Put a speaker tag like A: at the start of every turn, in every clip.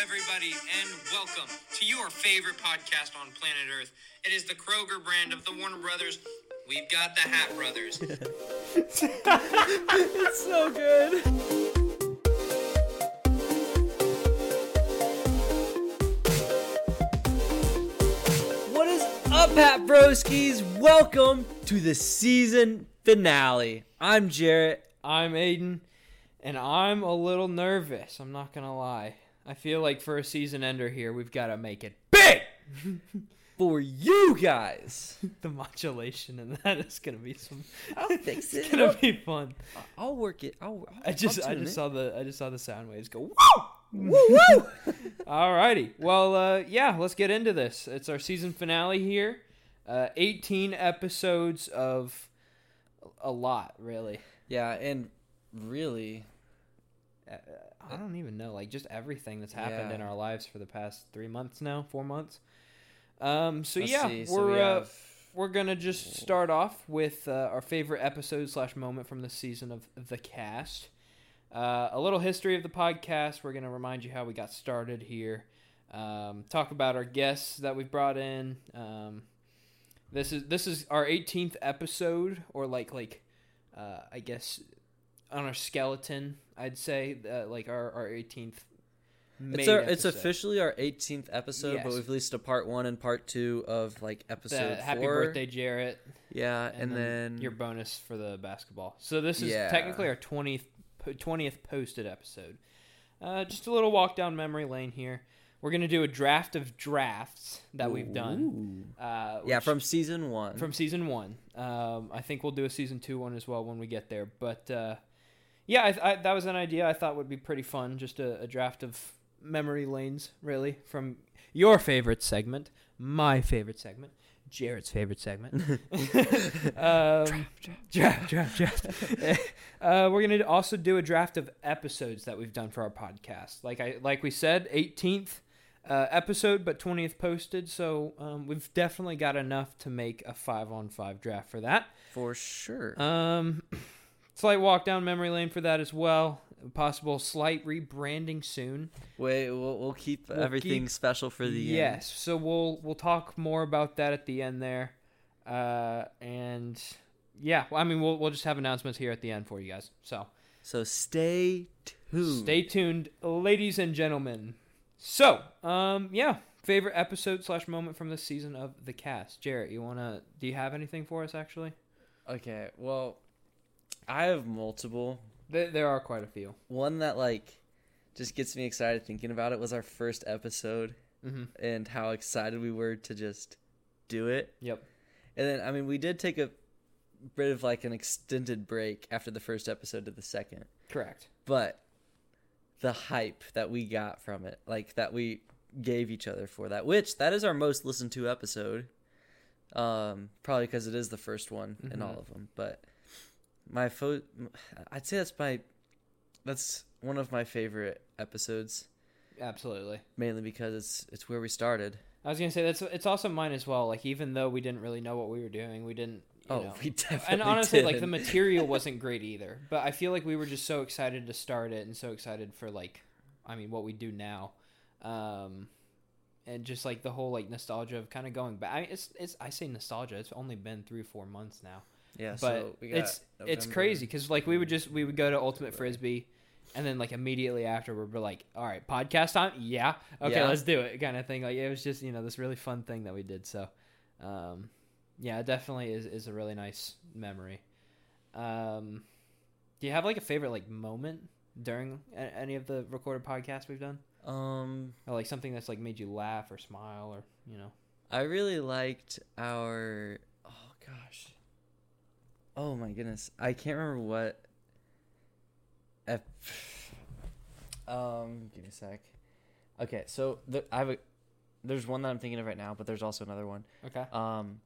A: everybody, and welcome to your favorite podcast on planet Earth. It is the Kroger brand of the Warner Brothers. We've got the Hat Brothers.
B: It's so good. What is up, Hat Broskies? Welcome to the season finale. I'm Jarrett.
C: I'm Aiden, and I'm a little nervous. I'm not gonna lie. I feel like for a season ender here, we've got to make it
B: Big for you guys.
C: the modulation, and that is gonna be some.
B: I'll fix
C: It's
B: it.
C: gonna be fun.
B: I'll work it. I'll, I'll,
C: I just,
B: I'll
C: I
B: tune
C: just
B: in.
C: saw the, I just saw the sound waves go.
B: Woo woo.
C: Alrighty. Well, uh, yeah, let's get into this. It's our season finale here. Uh, 18 episodes of a lot, really.
B: yeah, and really,
C: I don't even know, like just everything that's happened
B: Yeah.
C: in our lives for the past three months now, four months. Um, so
B: Let's
C: yeah,
B: see,
C: we're
B: so we
C: uh,
B: have-
C: we're gonna just start off with uh, our favorite episode slash moment from the season of the cast. Uh, a little history of the podcast. We're gonna remind you how we got started here. Um, talk about our guests that we've brought in. Um, this is this is our 18th episode, or like like uh, I guess on our skeleton, I'd say uh, like our, our 18th.
B: It's
C: main
B: our, it's
C: episode.
B: officially our 18th episode, but
C: Yes.
B: we've released a part one and part two of like
C: The
B: episode
C: Uh, happy
B: four.
C: birthday, Jarrett,
B: Yeah, and, then,
C: your bonus for the basketball. So this is
B: Yeah.
C: technically our 20th po- 20th posted episode. Uh, just a little walk down memory lane here. We're gonna do a draft of drafts that we've done. Uh,
B: yeah
C: which-
B: from season one.
C: from season one. Um, I think we'll do a season two one as well when we get there. But uh, yeah, I, I, that was an idea I thought would be pretty fun. Just a, a draft of memory lanes, really, from your favorite segment, my favorite segment, Jared's favorite segment. um, draft, draft, draft. uh, we're gonna also do a draft of episodes that we've done for our podcast. Like I, like we said, 18th uh, episode, but 20th posted. So um, we've definitely got enough to make a five on five draft for that.
B: for sure.
C: Um, slight walk down memory lane for that as well. Possible slight rebranding soon.
B: Wait, we'll, we'll keep everything
C: keep-
B: special for the end.
C: Yes, so we'll we'll talk more about that at the end there, uh, and yeah, well, I mean we'll we'll just have announcements here at the end for you guys. So
B: So stay tuned.
C: stay tuned, ladies and gentlemen. So um yeah, favorite episode slash moment from this season of the cast. Jarrett, you wanna do you have anything for us actually?
B: Okay, well, I have multiple.
C: There, there are quite a few.
B: One that like just gets me excited thinking about it was our first episode
C: Mhm.
B: and how excited we were to just do it.
C: Yep.
B: And then, I mean, we did take a bit of like an extended break after the first episode to the second,
C: Correct.
B: but the hype that we got from it, like that we gave each other for that, which that is our most listened to episode, um, probably because it is the first one
C: Mm-hmm.
B: in all of them. But my fo- I'd say that's my, that's one of my favorite episodes,
C: Absolutely.
B: mainly because it's it's where we started.
C: I was gonna say that's it's also mine as well. Like even though we didn't really know what we were doing, we didn't. You
B: Oh,
C: know.
B: we definitely
C: and honestly, like the
B: didn't.
C: material wasn't great either. But I feel like we were just so excited to start it and so excited for like, I mean, what we do now, um, and just like the whole like nostalgia of kind of going back. I mean, it's it's I say nostalgia. It's only been three or four months now
B: yeah,
C: but
B: so we got
C: it's it's
B: November.
C: crazy because like we would just we would go to ultimate frisbee and then like immediately after we'd be like all right podcast time yeah okay
B: Yeah.
C: let's do it kind of thing like it was just you know this really fun thing that we did so um yeah it definitely is is a really nice memory um do you have like a favorite like moment during a- any of the recorded podcasts we've done
B: Um,
C: or like something that's like made you laugh or smile or you know
B: I really liked our oh gosh. Oh my goodness. I can't remember what ep- um give me a sec. Okay, so the, I have a there's one that I'm thinking of right now, but there's also another one.
C: okay
B: Um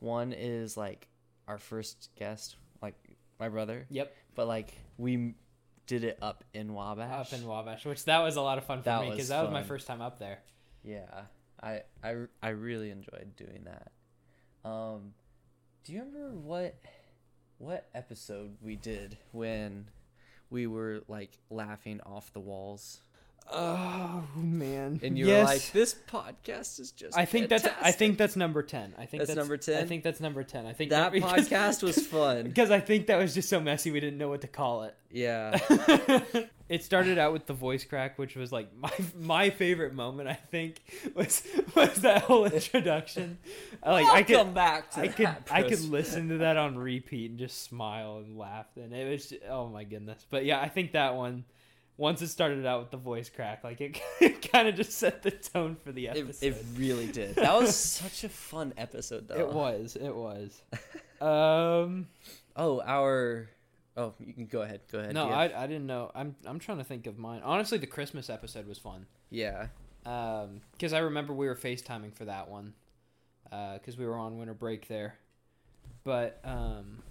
B: one is like our first guest, like my brother,
C: yep
B: but like we m- did it up in Wabash.
C: up in wabash which that was a lot of fun for
B: That
C: me because
B: was
C: that was my
B: fun.
C: first time up there
B: Yeah, I, I, r- I really enjoyed doing that. Um, do you remember what what episode we did when we were like laughing off the walls?
C: Oh man.
B: and you're
C: Yes.
B: like, this podcast is just.
C: I think that's I
B: fantastic."
C: think that's number ten. I think
B: That's
C: that's,
B: number 10?
C: I think that's number ten. I think
B: that
C: because-
B: podcast was fun.
C: because I think that was just so messy we didn't know what to call it.
B: Yeah,
C: it started out with the voice crack, which was like my my favorite moment. I think was was that whole introduction. I, like I could
B: back. To
C: I could
B: that,
C: I could
B: Chris.
C: listen to that on repeat and just smile and laugh. And it was ju- oh my goodness. But yeah, I think that one. Once it started out with the voice crack, like it, it kind of just set the tone for the
B: It,
C: episode.
B: it really did. That was such a fun episode, though.
C: It was. It was. Um,
B: Oh, our. Oh, you can go ahead. Go ahead.
C: no,
B: yeah.
C: I, I didn't know. I'm I'm trying to think of mine. Honestly, the Christmas episode was fun.
B: yeah.
C: Um, because I remember we were FaceTiming for that one. Uh, because we were on winter break there. But um,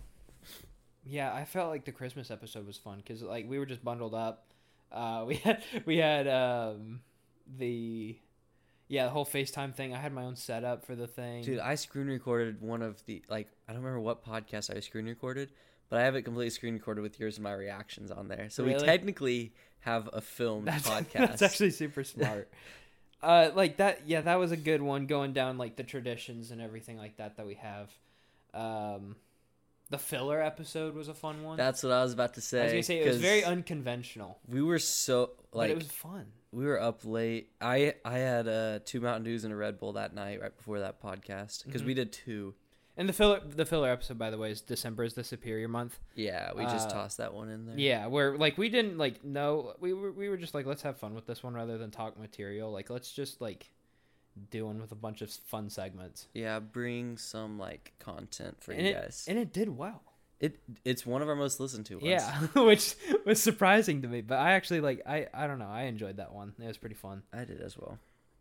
C: yeah, I felt like the Christmas episode was fun because like we were just bundled up. Uh, we had we had um the yeah the whole FaceTime thing. I had my own setup for the thing.
B: Dude, I screen recorded one of the like I don't remember what podcast I screen recorded, but I have it completely screen recorded with yours and my reactions on there. So we
C: Really?
B: technically have a filmed podcast.
C: That's actually super smart. uh, like that, yeah, that was a good one. Going down like the traditions and everything like that that we have. Um, the filler episode was a fun one.
B: That's what I was about to say.
C: I was gonna say it was very
B: 'cause
C: unconventional,
B: we were so
C: but
B: like
C: it was fun.
B: we were up late. I I had uh two Mountain Dews and a Red Bull that night right before that podcast
C: Mm-hmm.
B: because we did two.
C: And the filler, the filler episode, by the way, is December is the superior month.
B: Yeah, we just
C: Uh,
B: tossed that one in there.
C: Yeah, where like we didn't like no, we were we were just like let's have fun with this one rather than talk material. Like let's just like do one with a bunch of fun segments.
B: Yeah, bring some like content for
C: And
B: you
C: it
B: guys.
C: and it did well.
B: it it's one of our most listened to ones.
C: Yeah, which was surprising to me, but I actually like I I don't know, I enjoyed that one. It was pretty fun.
B: I did as well.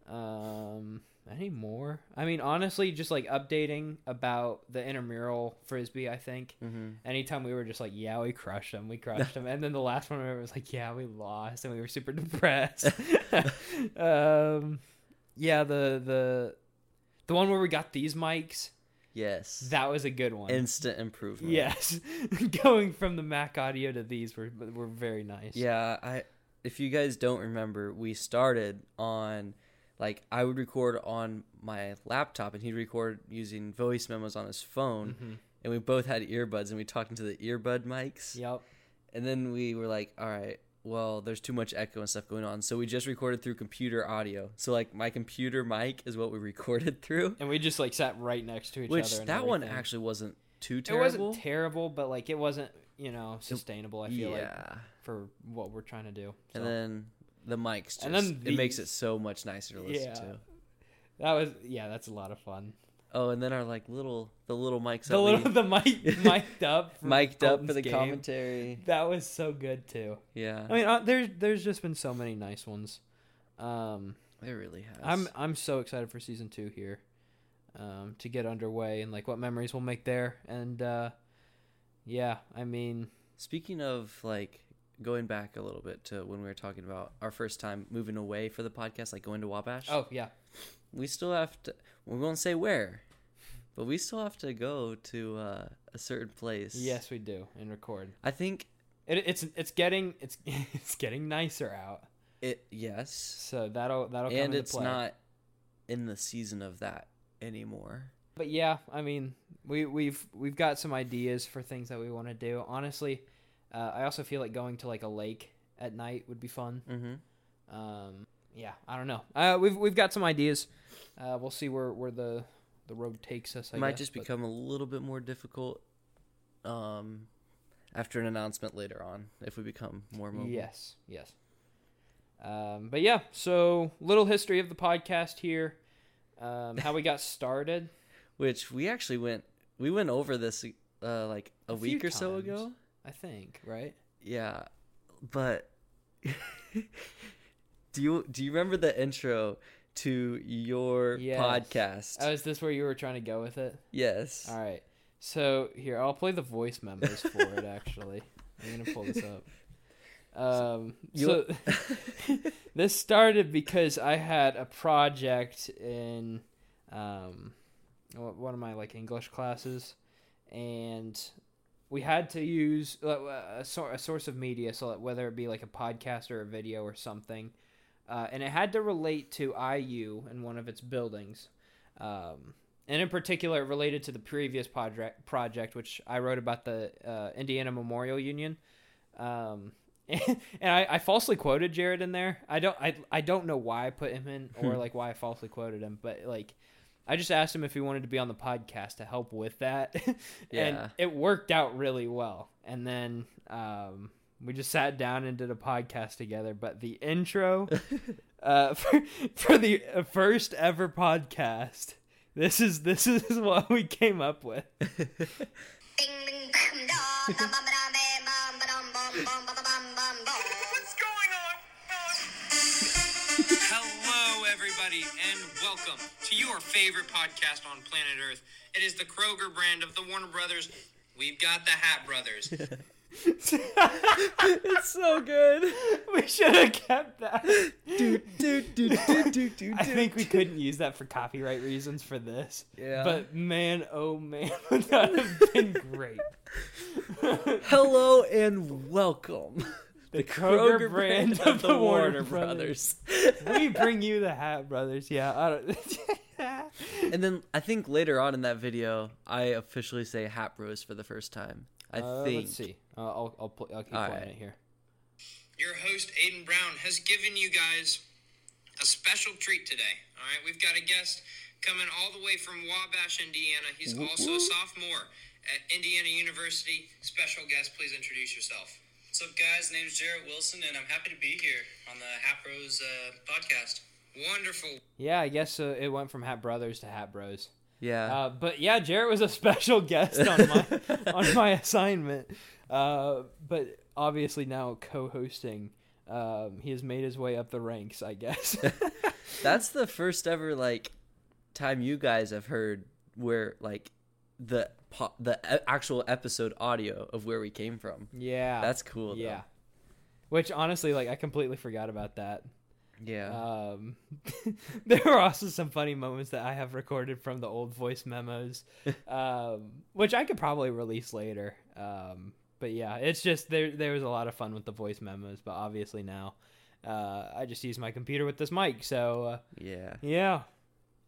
C: Um any more? I mean, honestly, just like updating about the intramural frisbee, I think.
B: Mhm.
C: Anytime we were just like, yeah, we crushed them, we crushed them. And then the last one I remember was like, yeah, we lost and we were super depressed. um yeah, the the the one where we got these mics,
B: Yes.
C: that was a good one.
B: instant improvement.
C: Yes, going from the Mac Audio to these were were very nice.
B: Yeah, I if you guys don't remember, we started on like I would record on my laptop and he'd record using voice memos on his phone
C: Mm-hmm.
B: and we both had earbuds and we talked into the earbud mics.
C: Yep.
B: And then we were like, all right, well, there's too much echo and stuff going on. So we just recorded through computer audio. So like my computer mic is what we recorded through,
C: And we just like sat right next to each
B: which
C: other. and
B: that one
C: everything.
B: actually wasn't too
C: it
B: terrible.
C: wasn't terrible, but like it wasn't you know sustainable. I feel like
B: yeah.
C: for what we're trying to do. So.
B: and then the mics just
C: And then
B: it makes it
C: these.
B: so much nicer to listen
C: Yeah.
B: to.
C: that was yeah, that's a lot of fun.
B: Oh, and then our like little the little mics
C: The
B: that
C: little
B: we
C: the mic mic'd up, for
B: mic'd up for
C: Colton's
B: the
C: game,
B: commentary. Uh-huh.
C: That was so good too.
B: Yeah,
C: I mean, uh, there's there's just been so many nice ones. Um,
B: it really has.
C: I'm I'm so excited for season two here, um, to get underway and like what memories we'll make there. And uh, yeah, I mean,
B: Speaking of like going back a little bit to when we were talking about our first time moving away for the podcast, like going to Wabash.
C: oh yeah,
B: we still have to. We won't say where, but we still have to go to uh, a certain place.
C: yes we do and record.
B: I think
C: It, it's it's getting it's it's getting nicer out,
B: it. Yes,
C: so that'll that'll come
B: and
C: into
B: it's
C: play.
B: not in the season of that anymore.
C: But yeah, I mean, we we've we've got some ideas for things that we want to do. Honestly, uh, I also feel like going to like a lake at night would be fun.
B: Mm-hmm.
C: Um, yeah, I don't know. Uh, we've we've got some ideas. Uh, we'll see where where the the road takes us. I
B: Might
C: guess,
B: just
C: but-
B: become a little bit more difficult. Um. After an announcement later on, if we become more mobile,
C: Yes, yes. Um, but yeah, so little history of the podcast here, um, how we got started.
B: which we actually went, we went over this uh, like a,
C: A few
B: week or so
C: times.
B: ago.
C: I think right.
B: Yeah, but do you do you remember the intro to your
C: Yes.
B: podcast?
C: Oh, is this where you were trying to go with it?
B: yes.
C: All right. So here, I'll play the voice memos for it. Actually, I'm gonna pull this up. Um, so
B: You-
C: this started because I had a project in um, o- one of my like English classes, and we had to uh, use uh, a, sor- a source of media, so that whether it be like a podcast or a video or something, uh, and it had to relate to IU and one of its buildings. Um, and in particular, it related to the previous project, project which I wrote about the uh, Indiana Memorial Union. Um, and I, I falsely quoted Jared in there. I don't, I, I don't know why I put him in or like why I falsely quoted him, but like, I just asked him if he wanted to be on the podcast to help with that,
B: Yeah.
C: and it worked out really well. And then um, we just sat down and did a podcast together. But the intro uh, for, for the uh, first ever podcast, this is this is what we came up with.
D: Ding ding bam da da bam da bam bam bam bam bam bam bam bam bam.
A: What's going on? Hello, everybody, and welcome to your favorite podcast on planet Earth. It is the Kroger brand of the Warner Brothers. We've got the Hat Brothers.
B: it's so good.
C: we should have kept that.
B: do, do, do, do, do, do,
C: I think we couldn't use that for copyright reasons for this.
B: Yeah.
C: But man, oh man, would that have been great.
B: Hello and welcome.
C: The Kroger, brand, of the, Warner Brothers. we bring you the Hat Brothers. Yeah, I don't.
B: and then I think later on in that video, I officially say Hat Bros for the first time. I
C: Uh,
B: think.
C: Let's see. Uh, I'll I'll, pl- I'll keep
B: All
C: playing
B: right.
C: it here.
A: Your host, Aiden Brown, has given you guys a special treat today. All right, we've got a guest coming all the way from Wabash, Indiana. He's also a sophomore at Indiana University. Special guest, please introduce yourself.
E: What's up, guys? My name is Jarrett Wilson, and I'm happy to be here on the Hat Bros uh, podcast.
A: Wonderful,
C: Yeah, I guess uh, it went from Hat Brothers to Hat Bros.
B: Yeah.
C: Uh, but yeah, Jarrett was a special guest on my on my assignment. Uh, but obviously now co-hosting, um, he has made his way up the ranks. I guess.
B: That's the first ever like time you guys have heard where like the po- the e- actual episode audio of where we came from.
C: yeah.
B: That's cool. Though.
C: yeah. Which honestly, like, I completely forgot about that.
B: Yeah.
C: Um, there were also some funny moments that I have recorded from the old voice memos, um, which I could probably release later. Um, but yeah, it's just there. There was a lot of fun with the voice memos, but obviously now, uh, I just use my computer with this mic. So uh,
B: yeah.
C: yeah,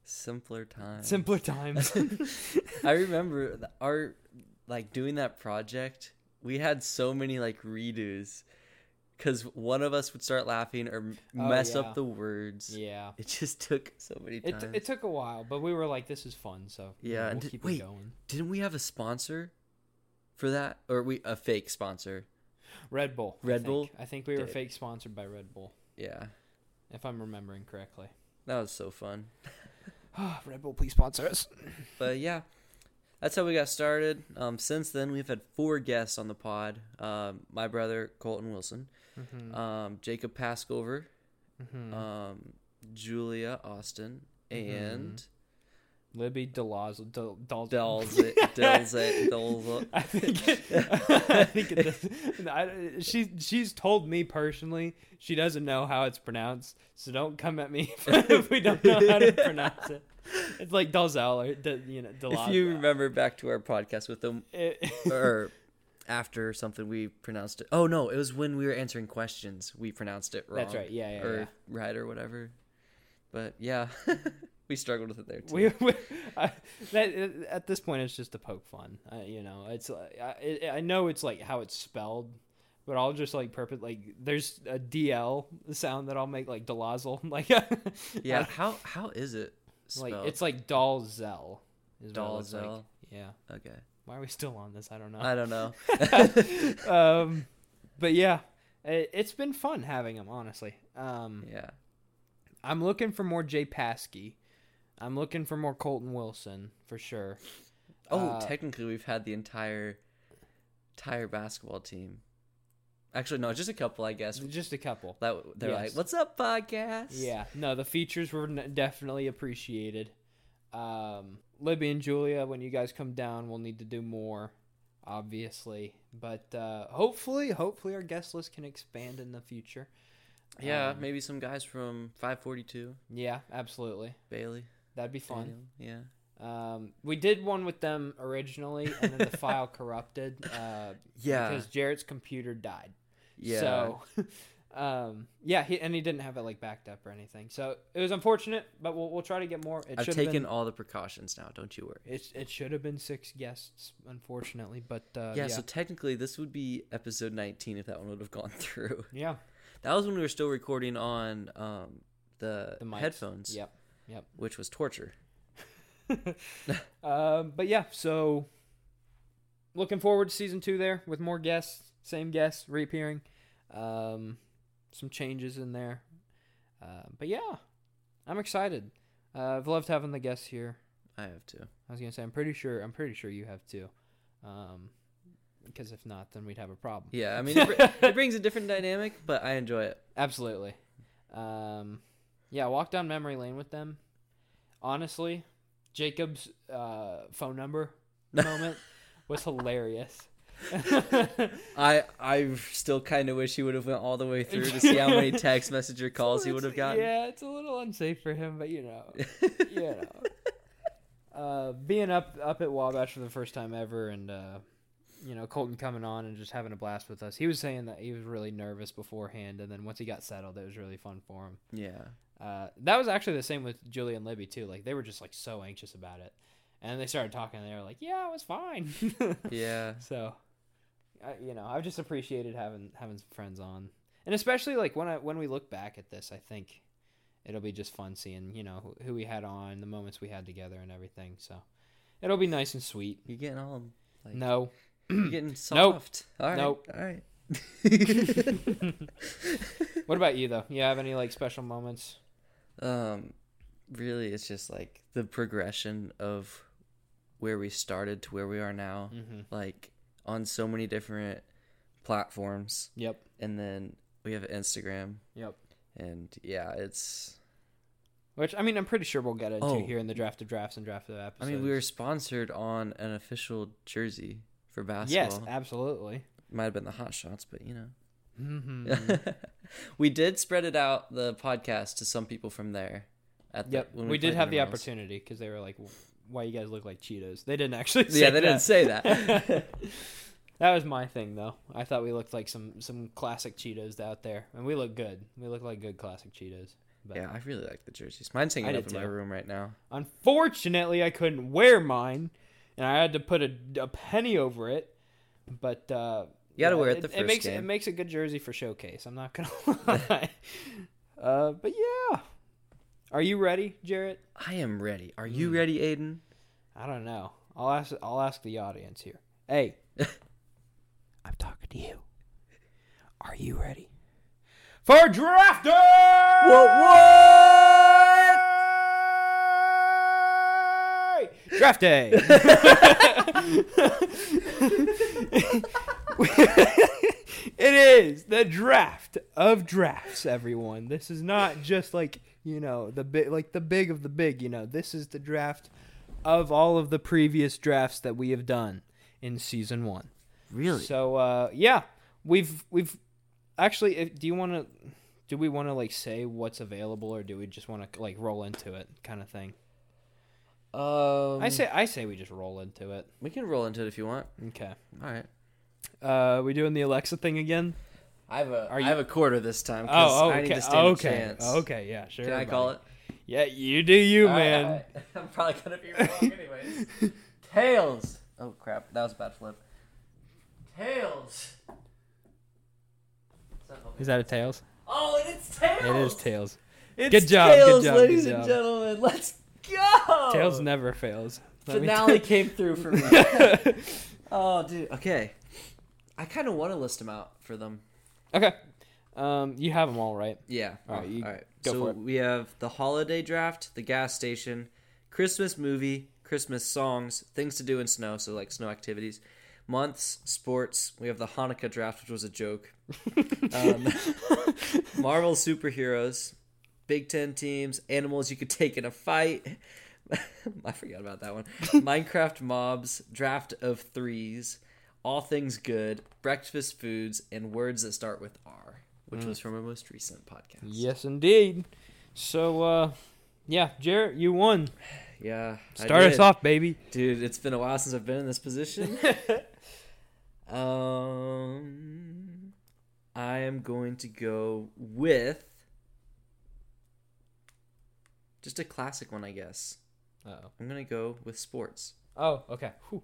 B: Simpler time.
C: simpler times.
B: I remember th- our like doing that project. We had so many like redos because one of us would start laughing or m
C: Oh,
B: mess
C: yeah.
B: up the words.
C: yeah,
B: It just took so many
C: it
B: times.
C: it took a while, but we were like, this is fun. So you
B: Yeah,
C: know,
B: and
C: we'll
B: did-
C: keep
B: wait.
C: it going.
B: Didn't we have a sponsor for that, or we a fake sponsor?
C: Red Bull. I
B: Red
C: think.
B: Bull
C: I think we were
B: did.
C: fake sponsored by Red Bull,
B: Yeah,
C: if I'm remembering correctly.
B: that was so fun.
C: Red Bull, please sponsor us.
B: But yeah, that's how we got started. Um, since then, we've had four guests on the pod. Um, my brother Colton Wilson, um, Jacob Pascover, um, Julia Austin, and
C: Libby Delaz Del, Del,
B: Delze Delze Delze.
C: I think it, I think it does. I, she's she's told me personally she doesn't know how it's pronounced, so don't come at me if we don't know how to pronounce it. It's like Dalzell or De, you know Delaz.
B: If you remember back to our podcast with them,
C: It-
B: or after something we pronounced it. Oh no, it was when we were answering questions we pronounced it wrong.
C: That's right, yeah, yeah,
B: or
C: yeah.
B: right or whatever. But yeah, we struggled with it there too.
C: we, we I, that, at this point it's just to poke fun uh, you know it's like I, it, I know it's like how it's spelled but i'll just like purpose like there's a dl sound that i'll make like delazel like
B: yeah,
C: I-
B: how how is it?
C: like
B: Spelled?
C: it's like dalzell is what it looks like.
B: Dalzell?
C: yeah
B: okay.
C: why are we still on this i don't know
B: I don't know.
C: um but yeah it, it's been fun having him honestly um
B: yeah,
C: I'm looking for more Jay Paskey. I'm looking for more Colton Wilson for sure.
B: Oh,
C: Uh,
B: technically, we've had the entire entire basketball team. Actually, no, just a couple, I guess.
C: Just a couple.
B: That they're like,
C: Yes.
B: "What's up, podcast?"
C: Yeah, no, the features were n- definitely appreciated. Um, Libby and Julia, when you guys come down, we'll need to do more, obviously. But uh, hopefully, hopefully our guest list can expand in the future.
B: yeah.
C: Um,
B: maybe some guys from 542
C: Yeah, absolutely.
B: Bailey.
C: That'd be fun.
B: Daniel, Yeah,
C: Um, we did one with them originally, and then the file corrupted. Uh,
B: Yeah.
C: because Jarrett's computer died.
B: yeah.
C: So Um, yeah, he, and he didn't have it like backed up or anything, so it was unfortunate. But we'll, we'll try to get more. It
B: I've
C: should've
B: taken
C: been-
B: all the precautions now. Don't you worry.
C: It, it should have been six guests, unfortunately, but uh,
B: yeah,
C: yeah,
B: So technically, this would be episode 19 if that one would have gone through.
C: yeah,
B: That was when we were still recording on um, the,
C: the mics.
B: headphones,
C: Yep.
B: which was torture.
C: Um, but yeah, so looking forward to season two there with more guests, same guests reappearing, um, some changes in there. Uh, but yeah, I'm excited. Uh, I've loved having the guests here.
B: I have to.
C: I was gonna say I'm pretty sure I'm pretty sure you have too, um, because if not, then we'd have a problem.
B: Yeah, I mean, it, br- it brings a different dynamic, but I enjoy it.
C: Absolutely. Um, yeah, walk down memory lane with them. Honestly, Jacob's uh, phone number moment was hilarious.
B: I I still kind of wish he would have went all the way through to see how many text message or calls he would have gotten.
C: Yeah, it's a little unsafe for him, but you know, you know. Uh, being up up at Wabash for the first time ever, and uh, you know Colton coming on and just having a blast with us. He was saying that he was really nervous beforehand, and then once he got settled, it was really fun for him.
B: yeah.
C: Uh, that was actually the same with Julie and Libby too. Like they were just like so anxious about it, and they started talking. and They were like, "Yeah, it was fine."
B: Yeah.
C: So, I, you know, I've just appreciated having having some friends on, and especially like when I when we look back at this, I think it'll be just fun seeing you know who, who we had on, the moments we had together, and everything. So, it'll be nice and sweet.
B: You're getting all like
C: No,
B: you're getting soft. All right.
C: Nope.
B: All right.
C: what about you though? You have any like special moments?
B: um really it's just like the progression of where we started to where we are now
C: Mhm.
B: like on so many different platforms
C: Yep.
B: and then we have Instagram
C: Yep.
B: and yeah it's
C: Which I mean, I'm pretty sure we'll get into
B: Oh.
C: here in the draft of drafts and draft of
B: I
C: episodes.
B: mean we were sponsored on an official jersey for
C: yes,
B: basketball
C: absolutely.
B: might have been the hot shots but you know
C: Mm-hmm.
B: we did spread it out the podcast to some people from there at the,
C: Yep.
B: when
C: we did
B: played
C: have the
B: everyone else.
C: opportunity because they were like, "Why you guys look like Cheetos?" They didn't actually. Say
B: yeah they didn't
C: that.
B: say that
C: that was my thing though. I thought we looked like some some classic Cheetos out there, and we look good. We look like good classic Cheetos. But
B: Yeah, I really like the jerseys. Mine's hanging
C: I
B: up in
C: did
B: my
C: too.
B: room right now.
C: unfortunately, I couldn't wear mine, and I had to put a, a penny over it. But uh,
B: You gotta wear it the first
C: it makes it
B: game.
C: makes a good jersey for showcase. I'm not gonna lie. uh, but yeah, are you ready, Jarrett?
B: I am ready. Are you ready, Aiden?
C: I don't know. I'll ask. I'll ask the audience here. Hey, I'm talking to you. Are you ready for draft? What? Draft day. it is the draft of drafts, everyone. This is not just like you know the big, like the big of the big. You know, this is the draft of all of the previous drafts that we have done in season one.
B: Really?
C: So uh, yeah, we've we've actually. If, do you want to? Do we want to like say what's available, or do we just want to like roll into it, kind of thing?
B: um,
C: I say I say we just roll into it.
B: we can roll into it if you want.
C: Okay.
B: All right.
C: Uh, we doing the Alexa thing again?
B: I have a I
C: you-
B: have a quarter this time because
C: Oh, oh, okay.
B: I need to stand
C: okay.
B: a chance.
C: Okay. Yeah. Sure.
B: Can I call
C: buddy.
B: it?
C: Yeah, you do, you man.
B: All right, all right. I'm probably gonna be wrong anyways. Tails. Oh crap, that was a bad flip. Tails. Does that help me?
C: Is that a tails?
B: Oh, and it's tails.
C: It is tails.
B: It's
C: Good job, good
B: Tails,
C: job, good
B: ladies and
C: job.
B: gentlemen. Let's go.
C: Tails never fails. Let me
B: finale came through for me.
C: tell-
B: oh, dude. Okay. I kind of want to list them out for them.
C: okay. Um, you have them all right.
B: Yeah.
C: All right, you
B: All right.
C: go
B: so
C: for it.
B: we have the holiday draft, the gas station, Christmas movie, Christmas songs, things to do in snow, so like snow activities, months, sports. We have the Hanukkah draft, which was a joke. um, Marvel superheroes, Big Ten teams, animals you could take in a fight. I forgot about that one. Minecraft mobs, draft of threes, all things good, breakfast foods, and words that start with R,
C: Mm.
B: which was from our most recent podcast.
C: Yes, indeed. So, uh, yeah, Jarrett, you won.
B: Yeah. I
C: Start us
B: did.
C: off, baby.
B: Dude, it's been a while since I've been in this position. um I am going to go with just a classic one, I guess.
C: Uh-oh.
B: I'm gonna go with sports.
C: Oh, okay. Whew.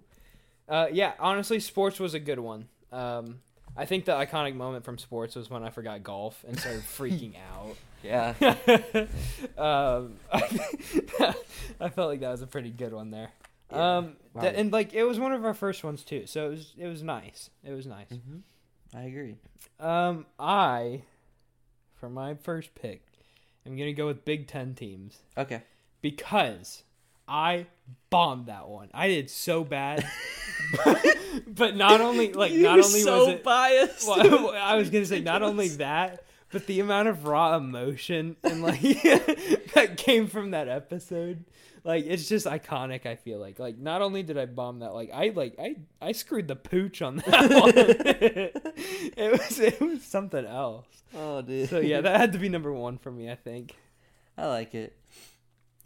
C: Uh, yeah, honestly, sports was a good one. Um, I think the iconic moment from sports was when I forgot golf and started freaking out.
B: Yeah.
C: um, I felt like that was a pretty good one there.
B: Yeah.
C: Um,
B: Wow.
C: th- and like it was one of our first ones too, so it was it was nice. It was nice.
B: Mm-hmm. I agree.
C: Um, I, for my first pick, I'm gonna go with Big Ten teams
B: Okay.
C: because I bombed that one. I did so bad, but not only like not only was it
B: biased.
C: well, I was gonna say not only that, but the amount of raw emotion and like that came from that episode, like it's just iconic. I feel like like not only did I bomb that, like I like I I screwed the pooch on that one. it was it was something else.
B: oh, dude.
C: So yeah, that had to be number one for me. I think.
B: I like it.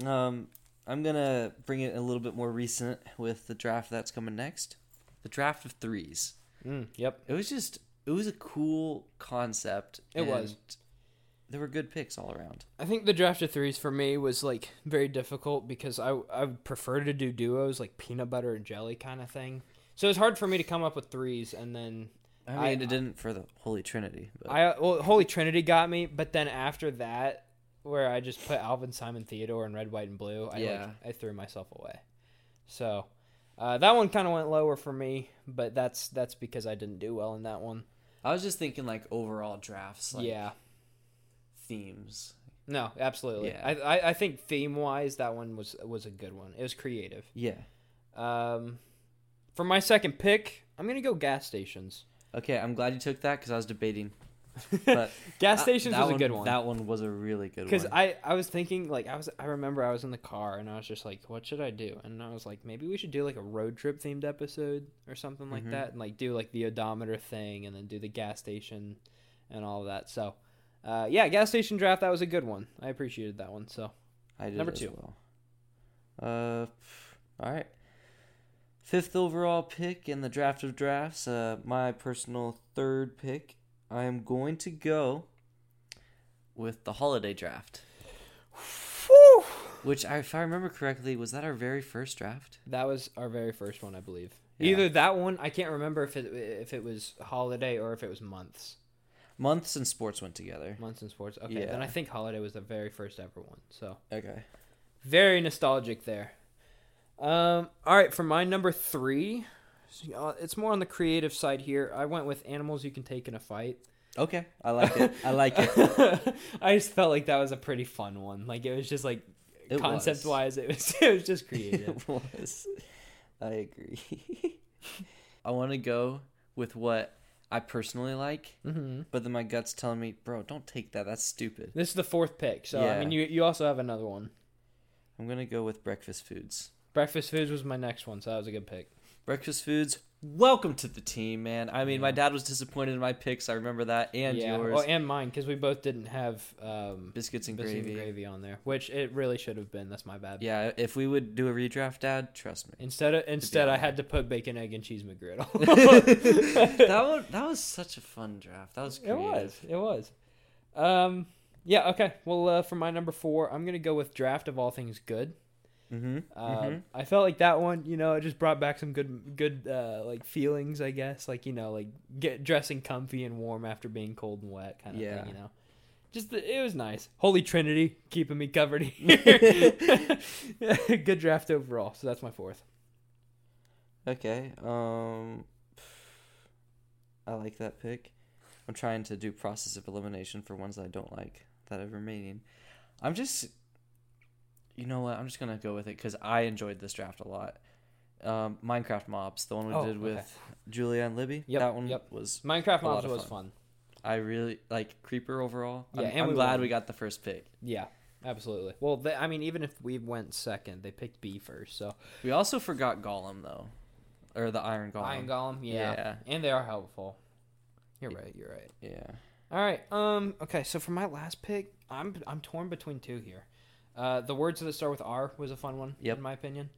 B: Um, I'm gonna bring it a little bit more recent with the draft that's coming next. The draft of threes.
C: Mm, yep.
B: It was just, it was a cool concept.
C: It was.
B: and There were good picks all around.
C: I think the draft of threes for me was like very difficult because I I would prefer to do duos like peanut butter and jelly kind of thing. So it's hard for me to come up with threes and then
B: I mean, it didn't for the Holy Trinity, but
C: I well Holy Trinity got me, but then after that where I just put Alvin Simon Theodore in red white and blue, I
B: Yeah.
C: like, I threw myself away. So uh, that one kind of went lower for me, but that's that's because I didn't do well in that one.
B: I was just thinking like overall drafts, like
C: yeah.
B: themes.
C: No, absolutely.
B: Yeah.
C: I, I I think theme wise that one was was a good one. It was creative.
B: Yeah.
C: Um, for my second pick, I'm gonna go gas stations.
B: Okay, I'm glad you took that because I was debating. But
C: gas
B: that-
C: stations
B: Uh, that
C: was a good one.
B: That one was a really good
C: because
B: one.
C: I, I was thinking like I was I remember I was in the car and I was just like what should I do and I was like maybe we should do like a road trip themed episode or something like
B: Mm-hmm.
C: that and like do like the odometer thing and then do the gas station and all that so uh, yeah gas station draft that was a good one I appreciated that one so
B: I did
C: Number
B: as
C: two.
B: Well. Uh, all right. Fifth overall pick in the draft of drafts. Uh, my personal third pick. I am going to go with the holiday draft, which, I, if I remember correctly, was that our very first draft?
C: that was our very first one I believe
B: Yeah.
C: either that one I can't remember if it if it was holiday or if it was months
B: Months and sports went together.
C: Months in sports. Okay, then
B: Yeah.
C: I think Holiday was the very first ever one. So
B: Okay.
C: very nostalgic there. Um, all right, for my number three, so, uh, it's more on the creative side here. I went with animals you can take in a fight.
B: Okay. I like it. I like it.
C: I just felt like that was a pretty fun one. Like it was just like
B: It
C: concept
B: was.
C: wise, it was it was just creative.
B: it was. I agree. I want to go with what I personally like,
C: mm-hmm.
B: but then my gut's telling me, bro, don't take that. That's stupid.
C: This is the fourth pick, so I
B: Yeah.
C: mean you you also have another one.
B: I'm going to go with breakfast foods.
C: Breakfast foods was my next one, so that was a good pick.
B: Breakfast foods, welcome to the team, man. I mean, my dad was disappointed in my picks. I remember that. And
C: yeah,
B: yours.
C: well, and mine because we both didn't have um,
B: biscuits and
C: Biscuits
B: gravy.
C: and gravy on there, which it really should have been. That's my bad.
B: Yeah, if we would do a redraft, dad, trust me.
C: Instead, of, instead, I
B: honest.
C: had to put bacon, egg, and cheese McGriddle.
B: that, was, that was such a fun draft. That was
C: it
B: creative.
C: was. It was. Um, yeah. Okay. Well, uh, for my number four, I'm gonna go with draft of all things good.
B: Mm-hmm.
C: Um, I felt like that one, you know, it just brought back some good, good, uh, like feelings. I guess, like you know, like get dressing comfy and warm after being cold and wet, kind of
B: Yeah.
C: thing. You know, just the, it was nice. Holy Trinity keeping me covered here. good draft overall. So that's my fourth.
B: Okay. Um I like that pick. I'm trying to do process of elimination for ones that I don't like that are remaining. I'm just you know what? I'm just gonna go with it because I enjoyed this draft a lot. Um, Minecraft mobs, the one we
C: Oh,
B: did
C: okay.
B: with Julia and Libby.
C: Yep,
B: that one
C: yep.
B: was
C: Minecraft
B: A lot
C: Mobs
B: of
C: was fun.
B: fun. I really like Creeper overall.
C: Yeah,
B: I'm,
C: and
B: I'm
C: we
B: glad
C: won.
B: we got the first pick.
C: Yeah, absolutely. Well, they, I mean, even if we went second, they picked B first. So
B: We also forgot Gollum though, or the Iron Golem.
C: Iron Golem, um, yeah.
B: Yeah.
C: and they are helpful. You're right. You're right.
B: Yeah.
C: All right. Um. Okay. So for my last pick, I'm I'm torn between two here. Uh, the words that start with R was a fun one,
B: Yep.
C: in my opinion.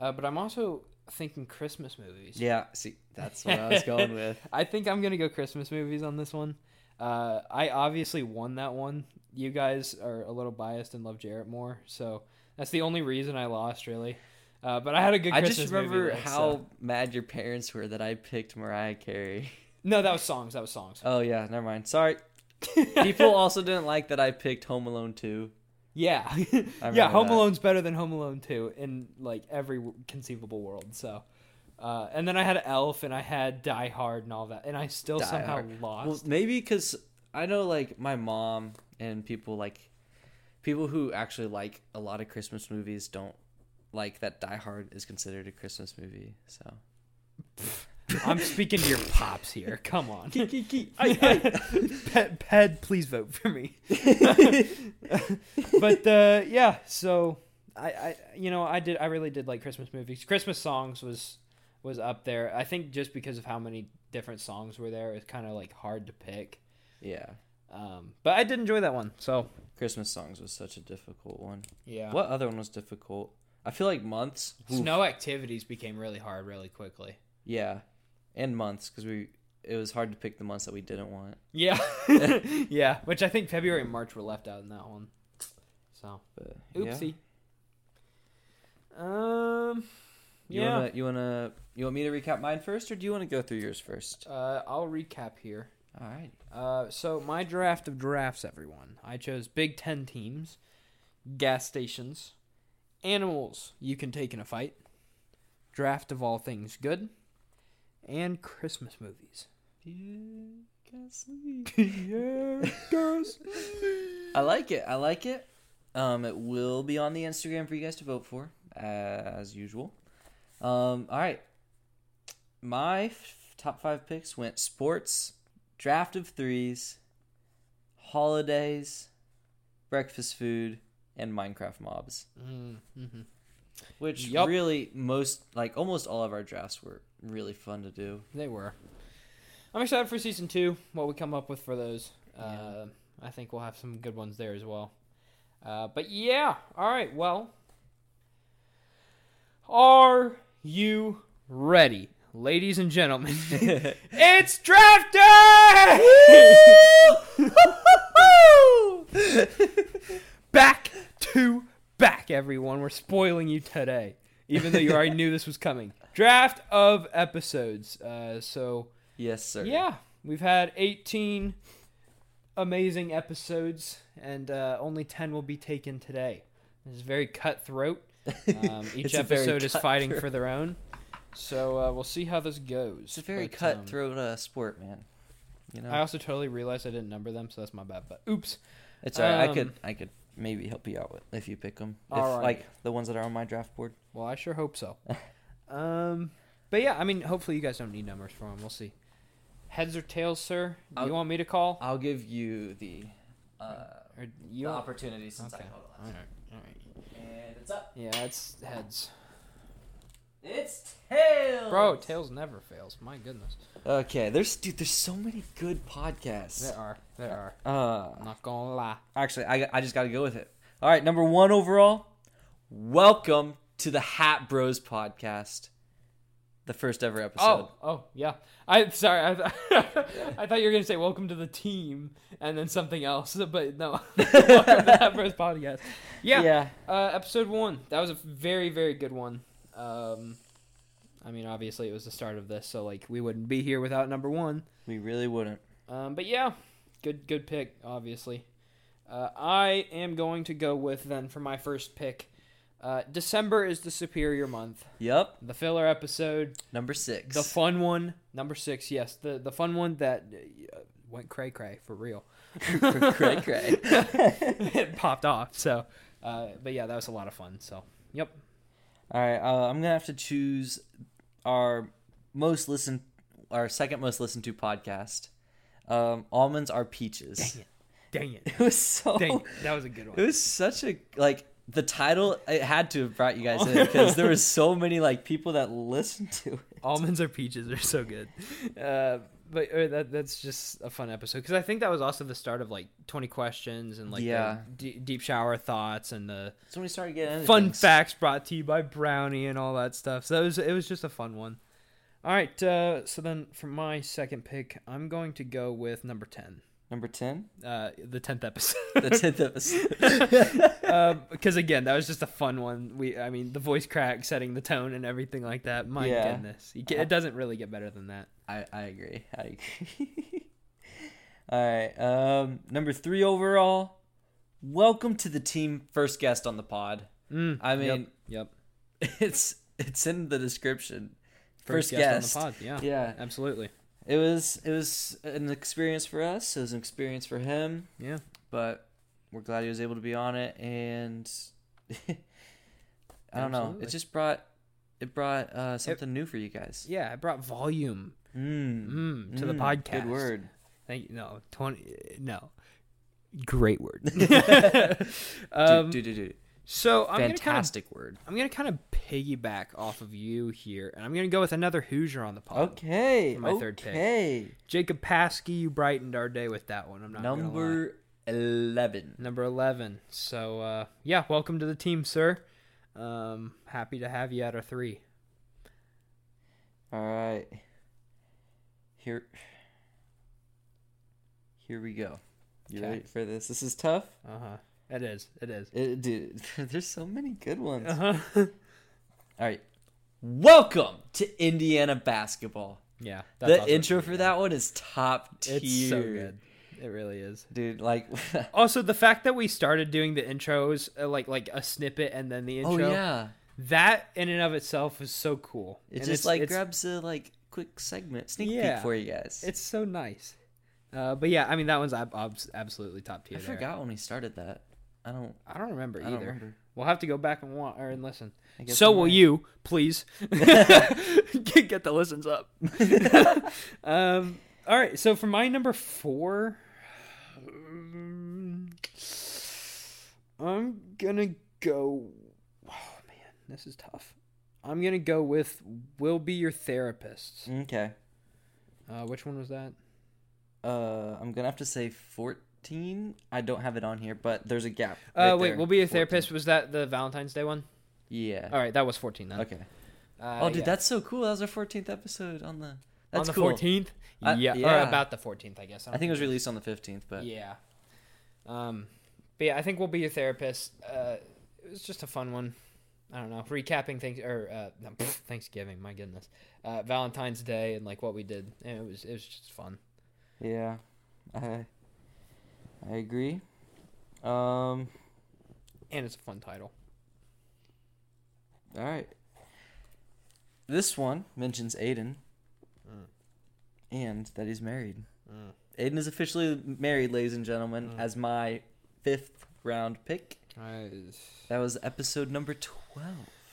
C: Uh, but I'm also thinking Christmas movies.
B: Yeah. See, that's what I was going with.
C: I think I'm gonna go Christmas movies on this one. Uh, I obviously won that one. You guys are a little biased and love Jarrett more, so that's the only reason I lost, really. Uh, but I had a good.
B: I
C: Christmas
B: just
C: movie
B: remember
C: list, so-
B: how mad your parents were that I picked Mariah Carey.
C: No, that was songs. That was songs.
B: Oh yeah, never mind. Sorry. People also didn't like that I picked Home Alone 2.
C: Yeah, yeah.
B: remember
C: Home
B: that.
C: Alone's better than Home Alone two in like every w- conceivable world. So, uh, and then I had Elf and I had Die Hard and all that, and I still
B: Die
C: somehow
B: Hard.
C: lost.
B: Well, maybe because I know like my mom and people like people who actually like a lot of Christmas movies don't like that Die Hard is considered a Christmas movie. So
C: I'm speaking to your pops here. Come on,
B: I-
C: Ped, Ped, please vote for me. but uh, yeah, so I, I, you know, I did, I really did like Christmas movies. Christmas songs was was up there. I think just because of how many different songs were there, it's kind of like hard to pick.
B: yeah,
C: Um, but I did enjoy that one. So
B: Christmas songs was such a difficult one.
C: yeah,
B: What other one was difficult? I feel like months. Oof.
C: snow activities became really hard really quickly.
B: Yeah, and months because we it was hard to pick the months that we didn't want.
C: Yeah, yeah. Which I think February and March were left out in that one. So
B: But yeah.
C: oopsie. Um,
B: You
C: yeah.
B: wanna you wanna you want me to recap mine first, or do you want to go through yours first?
C: Uh, I'll recap here.
B: All right.
C: Uh, so my draft of drafts, everyone. I chose Big Ten teams, gas stations, animals you can take in a fight, draft of all things good, and Christmas movies.
B: I like it. I like it. Um, it will be on the Instagram for you guys to vote for, as usual. Um, all right. My f- top five picks went sports, draft of threes, holidays, breakfast food, and Minecraft mobs. Which
C: Mm-hmm. Yup.
B: really most like almost all of our drafts were really fun to do.
C: They were. I'm excited for season two. What we come up with for those. Uh, I think we'll have some good ones there as well. Uh, but yeah, all right. Well, are you ready, ladies and gentlemen? it's draft day. back to back, everyone. We're spoiling you today, even though you already knew this was coming. Draft of episodes. Uh, so.
B: Yes, sir.
C: Yeah, we've had 18 amazing episodes, and uh, only 10 will be taken today. This is very cutthroat.
B: Uh,
C: Um, each
B: It's a very
C: episode is fighting
B: cutthroat-
C: for their own. So uh, we'll see how this goes.
B: It's a very
C: But, um,
B: cutthroat uh, sport, man. You know,
C: I also totally realized I didn't number them, so that's my bad. But oops.
B: it's alright. I
C: um,
B: could, I could maybe help you out with if you pick them. If
C: Alright.
B: like the ones that are on my draft board.
C: Well, I sure hope so. um, but yeah, I mean, hopefully you guys don't need numbers for them. We'll see. Heads or tails, sir? Do
B: I'll-
C: you want me to call?
B: I'll give you the, uh,
C: Or you want...
B: opportunity since
C: Okay. All right. All right.
B: And it's up.
C: Yeah, it's heads.
B: It's tails.
C: Bro, tails never fails. My goodness.
B: Okay, there's dude. There's so many good podcasts.
C: There are. There are.
B: Uh,
C: I'm not gonna lie.
B: actually, I, I just got to go with it. All right, number one overall. Welcome to the Hat Bros podcast, the first ever episode.
C: Oh, oh, yeah. I sorry. I, th- I thought you were gonna say welcome to the team and then something else, but no. welcome to that first podcast. Yeah.
B: yeah.
C: Uh, episode one. That was a very, very good one. Um, I mean, obviously it was the start of this, so like we wouldn't be here without number one.
B: We really wouldn't.
C: Um, but yeah, good good pick, obviously. Uh, I am going to go with then for my first pick. Uh, December is the superior month.
B: Yep.
C: The filler episode,
B: Number six.
C: the fun one, number six. Yes, the the fun one that uh, went cray cray for real.
B: Cray cray.
C: it popped off. So, uh, but yeah, that was a lot of fun. So, yep.
B: All right, uh, I'm gonna have to choose our most listened, our second most listened to podcast. Um, almonds are peaches.
C: it. Dang it.
B: It was so.
C: Dang, it. that was a good
B: It
C: one.
B: was such a like the title. It had to have brought you guys in because there was so many like people that listened to it.
C: Almonds or peaches are so good. Uh, but or that that's just a fun episode because I think that was also the start of like twenty questions and like the
B: Yeah.
C: d- deep shower thoughts and the
B: So when we started getting into
C: fun
B: things-
C: facts brought to you by Brownie and all that stuff. So it was it was just a fun one. All right, uh, so then for my second pick, I'm going to go with number ten.
B: Number 10?
C: uh, the tenth episode.
B: The 10th episode.
C: because again, that was just a fun one. We, I mean, the voice crack, setting the tone, and everything like that. My
B: Yeah.
C: goodness, you ca- it doesn't really get better than that.
B: I, I agree. I agree. All right. Um, number three overall. Welcome to the team. First guest on the pod.
C: Mm,
B: I mean,
C: yep.
B: it's it's in the description. First, guest.
C: on the pod. Yeah,
B: Yeah.
C: absolutely.
B: It was it was an experience for us. It was an experience for him.
C: Yeah,
B: But we're glad he was able to be on it. And I don't know.
C: Absolutely.
B: It just brought it brought uh, something new for you guys.
C: yeah. I brought volume
B: Mm.
C: mm, to the
B: Mm.
C: podcast.
B: Good word.
C: Thank you. No, twenty. No, great word.
B: Dude,
C: um,
B: dude, dude, dude.
C: so I'm gonna kind of
B: Fantastic word.
C: I'm gonna kind of piggyback off of you here, and I'm gonna go with another Hoosier on the pod.
B: Okay.
C: For my third pick.
B: okay.
C: Jacob Paskey, you brightened our day with that one. I'm not gonna lie.
B: Number eleven.
C: number eleven. So uh, yeah, welcome to the team, sir. Um, happy to have you at our three.
B: All right. Here. Here we go. You
C: Okay.
B: ready for this? This is tough,
C: Uh huh. It is. It is.
B: It- dude. There's so many good ones.
C: Uh-huh.
B: All right. Welcome to Indiana basketball.
C: yeah.
B: the intro for that one is top tier.
C: It's so good. Oh, It really is.
B: dude. Like,
C: Also, the fact that we started doing the intros, uh, like like a snippet and then the
B: oh
C: intro,
B: yeah.
C: that in and of itself was so cool.
B: It
C: And
B: just like
C: it's,
B: grabs a like quick segment sneak
C: Yeah.
B: peek for you guys.
C: It's so nice. Uh, but yeah, I mean that one's ab- obs- absolutely top tier.
B: I
C: there.
B: forgot when we started that. I don't.
C: I don't remember
B: I don't
C: either.
B: remember.
C: We'll have to go back and want or and listen.
B: guess
C: So
B: I'm
C: will
B: right.
C: you, please. get, get the listens up. um, all right. So for my number four, um, I'm gonna go. Oh man, this is tough. I'm gonna go with "Will Be Your Therapist."
B: Okay.
C: Uh, which one was that?
B: Uh, I'm gonna have to say 14. I don't have it on here, but there's a gap.
C: Uh,
B: right
C: wait,
B: there.
C: "Will Be Your
B: 14.
C: Therapist" was that the Valentine's Day one?
B: Yeah.
C: All right, that was 14 then.
B: Okay.
C: Uh,
B: Oh, dude,
C: yeah.
B: that's so cool. That was our 14th episode on the. That's
C: on the
B: cool.
C: 14th.
B: Uh,
C: yeah, or
B: yeah.
C: about the 14th, I guess.
B: I think it was released on the 15th, but
C: Yeah. Um, but yeah, I think we'll be your therapist. Uh, it was just a fun one. I don't know, recapping things or uh, no, pff, Thanksgiving. My goodness, uh, Valentine's Day and like what we did. And it was it was just fun.
B: yeah, I I agree. Um,
C: And it's a fun title.
B: all right. This one mentions Aiden, and that he's married. Aiden is officially married, ladies and gentlemen, as my fifth round pick. That was episode number 12.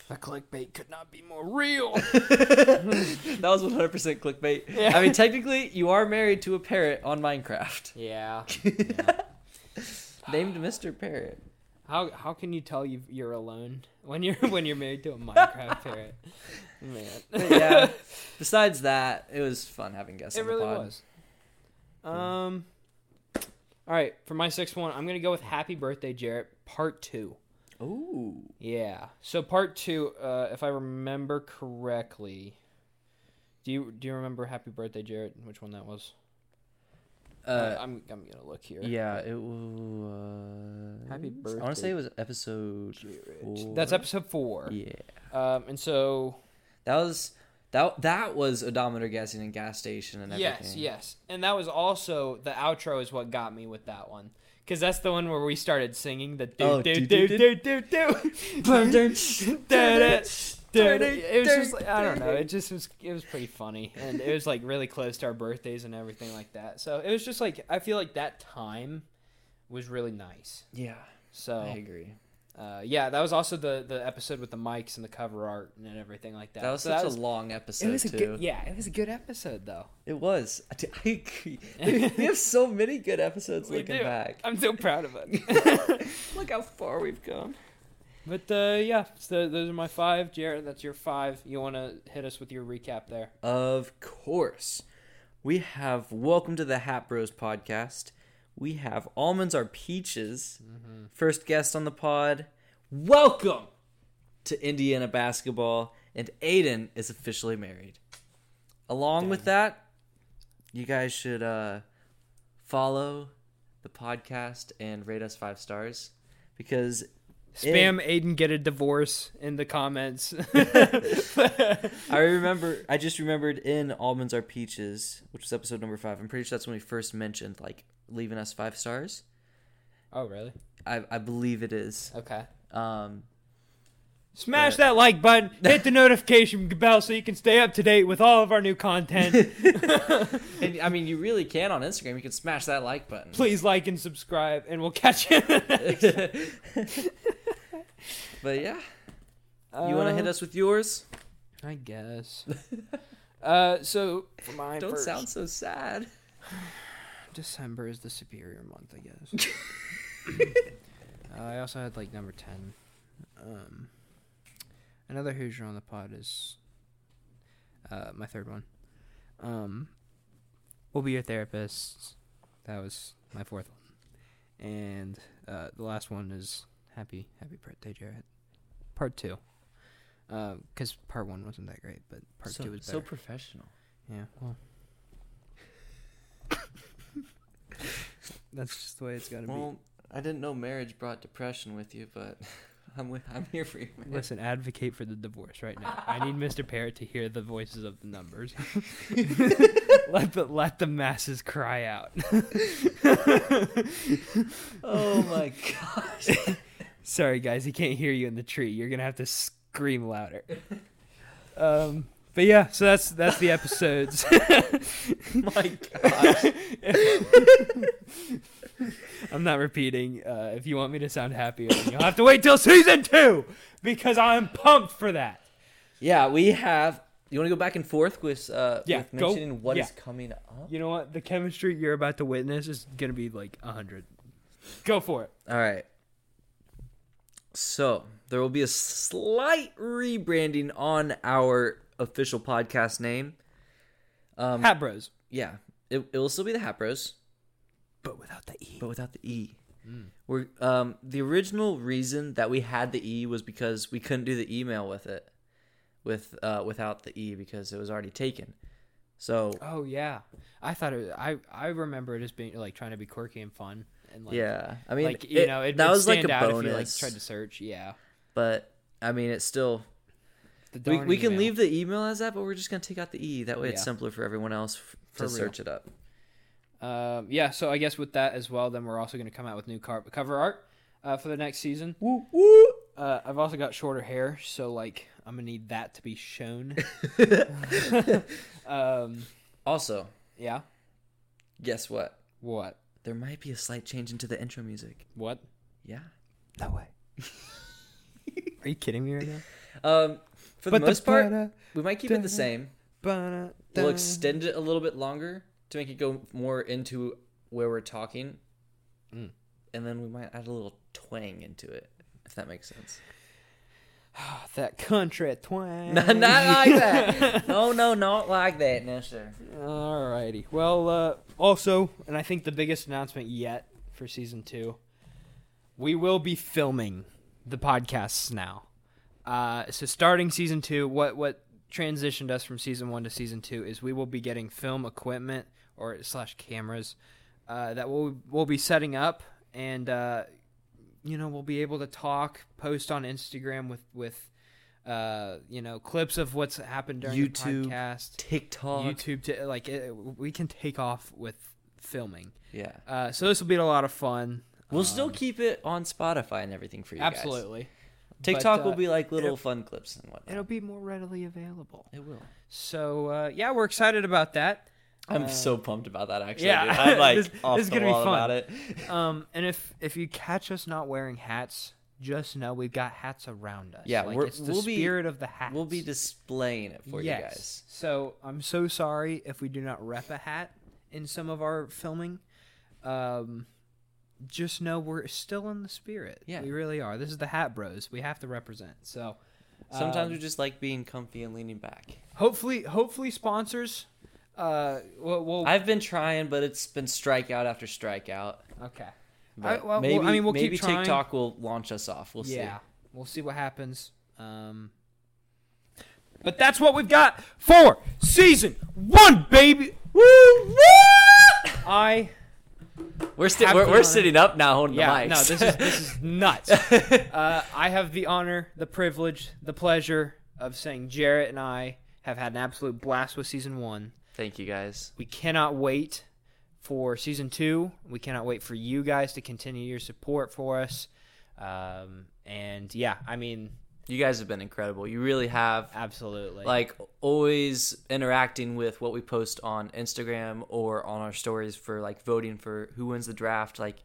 C: the clickbait could not be more real.
B: That was 100% clickbait.
C: Yeah.
B: I mean, technically, you are married to a parrot on Minecraft
C: yeah.
B: named Mr. Parrot.
C: How how can you tell you you're alone when you're when you're married to a Minecraft parrot? Man,
B: But yeah, besides that, it was fun having guests
C: It
B: on the
C: really
B: pod.
C: was. Um. All right, for my sixth one, I'm gonna go with "Happy Birthday, Jarrett" Part Two.
B: Ooh.
C: Yeah. So Part Two, uh, if I remember correctly, do you do you remember "Happy Birthday, Jarrett"? Which one that was? Uh,
B: Uh,
C: I'm I'm gonna look here.
B: yeah, it was.
C: Happy
B: I want to
C: birthday,
B: say it was episode. Four.
C: That's episode four.
B: Yeah.
C: Um, and so
B: That was. That, that was odometer guessing and gas station and everything.
C: yes, yes, and that was also the outro is what got me with that one because that's the one where we started singing the do
B: Oh,
C: do do
B: do,
C: do do do. it was just like, I don't know. It just was it was pretty funny, and it was like really close to our birthdays and everything like that. So it was just like I feel like that time was really nice.
B: Yeah, I
C: So
B: agree.
C: uh, yeah, that was also the the episode with the mics and the cover art and everything like that.
B: That was
C: so
B: such
C: that was,
B: a long episode
C: it was a
B: too.
C: good yeah, it was a good episode though.
B: It was. I do- I agree. Like, we have so many good episodes looking back.
C: I'm so proud of it.
B: Look how far we've gone.
C: but uh, yeah, so those are my five. Jared, that's your five. You want to hit us with your recap there?
B: Of course. We have Welcome to the Hat Bros podcast. We have Almonds Are Peaches. First guest on the pod. Welcome to Indiana basketball. And Aiden is officially married. Along with that, you guys should uh, follow the podcast and rate us five stars because
C: Spam Aiden get a divorce in the comments.
B: I remember I just remembered in Almonds Are Peaches, which was episode number five. I'm pretty sure that's when we first mentioned like leaving us five stars.
C: oh, really?
B: I, I believe it is.
C: Okay.
B: Um,
C: Smash that like button, hit the notification bell so you can stay up to date with all of our new content.
B: and I mean, you really can on Instagram. You can smash that like button.
C: Please like and subscribe, and we'll catch you.
B: But yeah, you want to hit us with yours?
C: Uh, I guess. uh, so for mine
B: Don't
C: first,
B: sound so sad.
C: December is the superior month, I guess. uh, I also had like number ten. Um, another Hoosier on the pod is uh, my third one. Um, we'll be your therapists. That was my fourth one, and uh, the last one is happy happy birthday, Jarrett. Part two. Because part one wasn't that great, but part
B: So,
C: two was better.
B: so professional.
C: Yeah, well. That's just the way it's gotta
B: Well, I didn't know marriage brought depression with you, but I'm with, I'm here for you.
C: be. Listen, advocate for the divorce right now. I need Mr. Parrot to hear the voices of the numbers. let the let the masses cry out.
B: Oh my gosh.
C: Sorry guys, he can't hear you in the tree. You're gonna have to scream louder. Um but yeah, so that's that's the episodes.
B: my gosh.
C: I'm not repeating. Uh, if you want me to sound happier, then you'll have to wait till season two because I'm pumped for that.
B: Yeah, we have. You want to go back and forth with uh,
C: Yeah,
B: with
C: go-
B: mentioning what is
C: yeah.
B: coming up?
C: You know what? The chemistry you're about to witness is gonna be like hundred. Go for it.
B: All right. So there will be a slight rebranding on our official podcast name. Um,
C: Hat Bros,
B: Yeah, it, it will still be the Hapros,
C: but without the E.
B: but without the E.
C: Hmm.
B: We're um, the original reason that we had the E was because we couldn't do the email with it, with uh, without the E because it was already taken. So
C: Oh yeah, I thought it. Was, I I remember it as being like trying to be quirky and fun and like
B: yeah, I mean,
C: like you
B: it-
C: know it,
B: that
C: would
B: was like
C: stand
B: a
C: out
B: bonus.
C: if you like tried to search. Yeah,
B: But I mean, it's still
C: The
B: we,
C: darn
B: we can
C: email.
B: leave the email as that, but we're just gonna take out the e. That way, it's
C: Yeah.
B: simpler for everyone else f-
C: For
B: to
C: real.
B: search it up.
C: Um, yeah, so I guess with that as well, then we're also going to come out with new car- cover art uh, for the next season. Woo woo! Uh, I've also got shorter hair, so like I'm gonna need that to be shown. um,
B: Also,
C: yeah.
B: guess what?
C: What?
B: There might be a slight change into the intro music.
C: What?
B: Yeah.
C: No way. Are you kidding me right now?
B: Um, for the
C: But the
B: most part,
C: para-
B: we might keep it the same.
C: Ba-da,
B: We'll
C: da.
B: extend it a little bit longer to make it go more into where we're talking,
C: Mm.
B: and then we might add a little twang into it, if that makes sense.
C: that country twang.
B: not like that. No, no, not like that. No, sir.
C: Alrighty. Well, uh, also, and I think the biggest announcement yet for season two, we will be filming the podcasts now. Uh, so starting season two, what what transitioned us from season one to season two is we will be getting film equipment or slash cameras uh, that we'll we'll be setting up, and uh, you know we'll be able to talk, post on Instagram with with. Uh, you know, clips of what's happened during
B: YouTube,
C: the podcast.
B: TikTok.
C: YouTube to like it, we can take off with filming.
B: Yeah.
C: Uh, so this will be a lot of fun.
B: We'll still keep it on Spotify and everything for you guys.
C: Um, Absolutely.
B: TikTok
C: But, uh,
B: will be like little fun clips and whatnot.
C: It'll be more readily available.
B: It will.
C: So uh, yeah, we're excited about that.
B: I'm so pumped about that actually.
C: Uh, yeah.
B: dude. I'm like
C: This-
B: off
C: this is
B: the
C: gonna be
B: wall
C: fun.
B: about it.
C: Um, and if if you catch us not wearing hats, just know we've got hats around us.
B: Yeah,
C: like,
B: we're-
C: it's the
B: we'll be-
C: spirit of the hat.
B: We'll be displaying it for you guys.
C: So I'm so sorry if we do not rep a hat in some of our filming. Um, just know we're still in the spirit.
B: Yeah.
C: we really are. This is the Hat Bros. We have to represent. So
B: Sometimes
C: um,
B: we just like being comfy and leaning back.
C: hopefully, hopefully sponsors. Uh, we'll, we'll
B: I've been trying, but it's been strikeout after strikeout.
C: okay. I,
B: But
C: Uh, well,
B: maybe,
C: well, I mean, we'll
B: maybe
C: keep trying.
B: TikTok will launch us off. We'll
C: yeah, we'll see what happens. Um, but that's what we've got for season one, baby. Woo! woo! I
B: We're sti-
C: Have
B: we're,
C: put
B: we're
C: on-
B: sitting up now holding
C: yeah,
B: the mics.
C: no, this is this is nuts. uh, I have the honor, the privilege, the pleasure of saying Jarrett and I have had an absolute blast with season one.
B: Thank you guys.
C: We cannot wait for season two. We cannot wait for you guys to continue your support for us. Um, and yeah, I mean,
B: You guys have been incredible. You really have.
C: absolutely.
B: Like always interacting with what we post on Instagram or on our stories for like voting for who wins the draft, like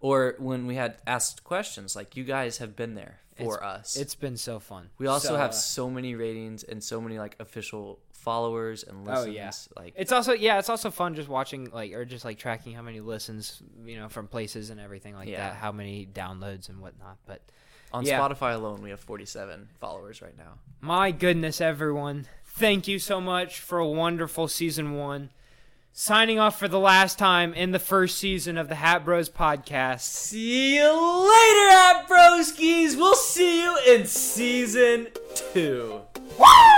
B: or when we had asked questions, like you guys have been there for us.
C: it's been so fun.
B: we also
C: So,
B: have
C: uh,
B: so many ratings and so many like official followers and
C: Oh,
B: listens.
C: yeah.
B: Like
C: It's also yeah, it's also fun just watching like or just like tracking how many listens you know from places and everything like
B: Yeah.
C: that, how many downloads and whatnot. But
B: on
C: yeah.
B: Spotify alone we have forty seven followers right now.
C: my goodness, everyone, thank you so much for a wonderful season one. Signing off for the last time in the first season of the Hat Bros podcast.
B: See you later at Broskies. We'll see you in season two.
C: Woo!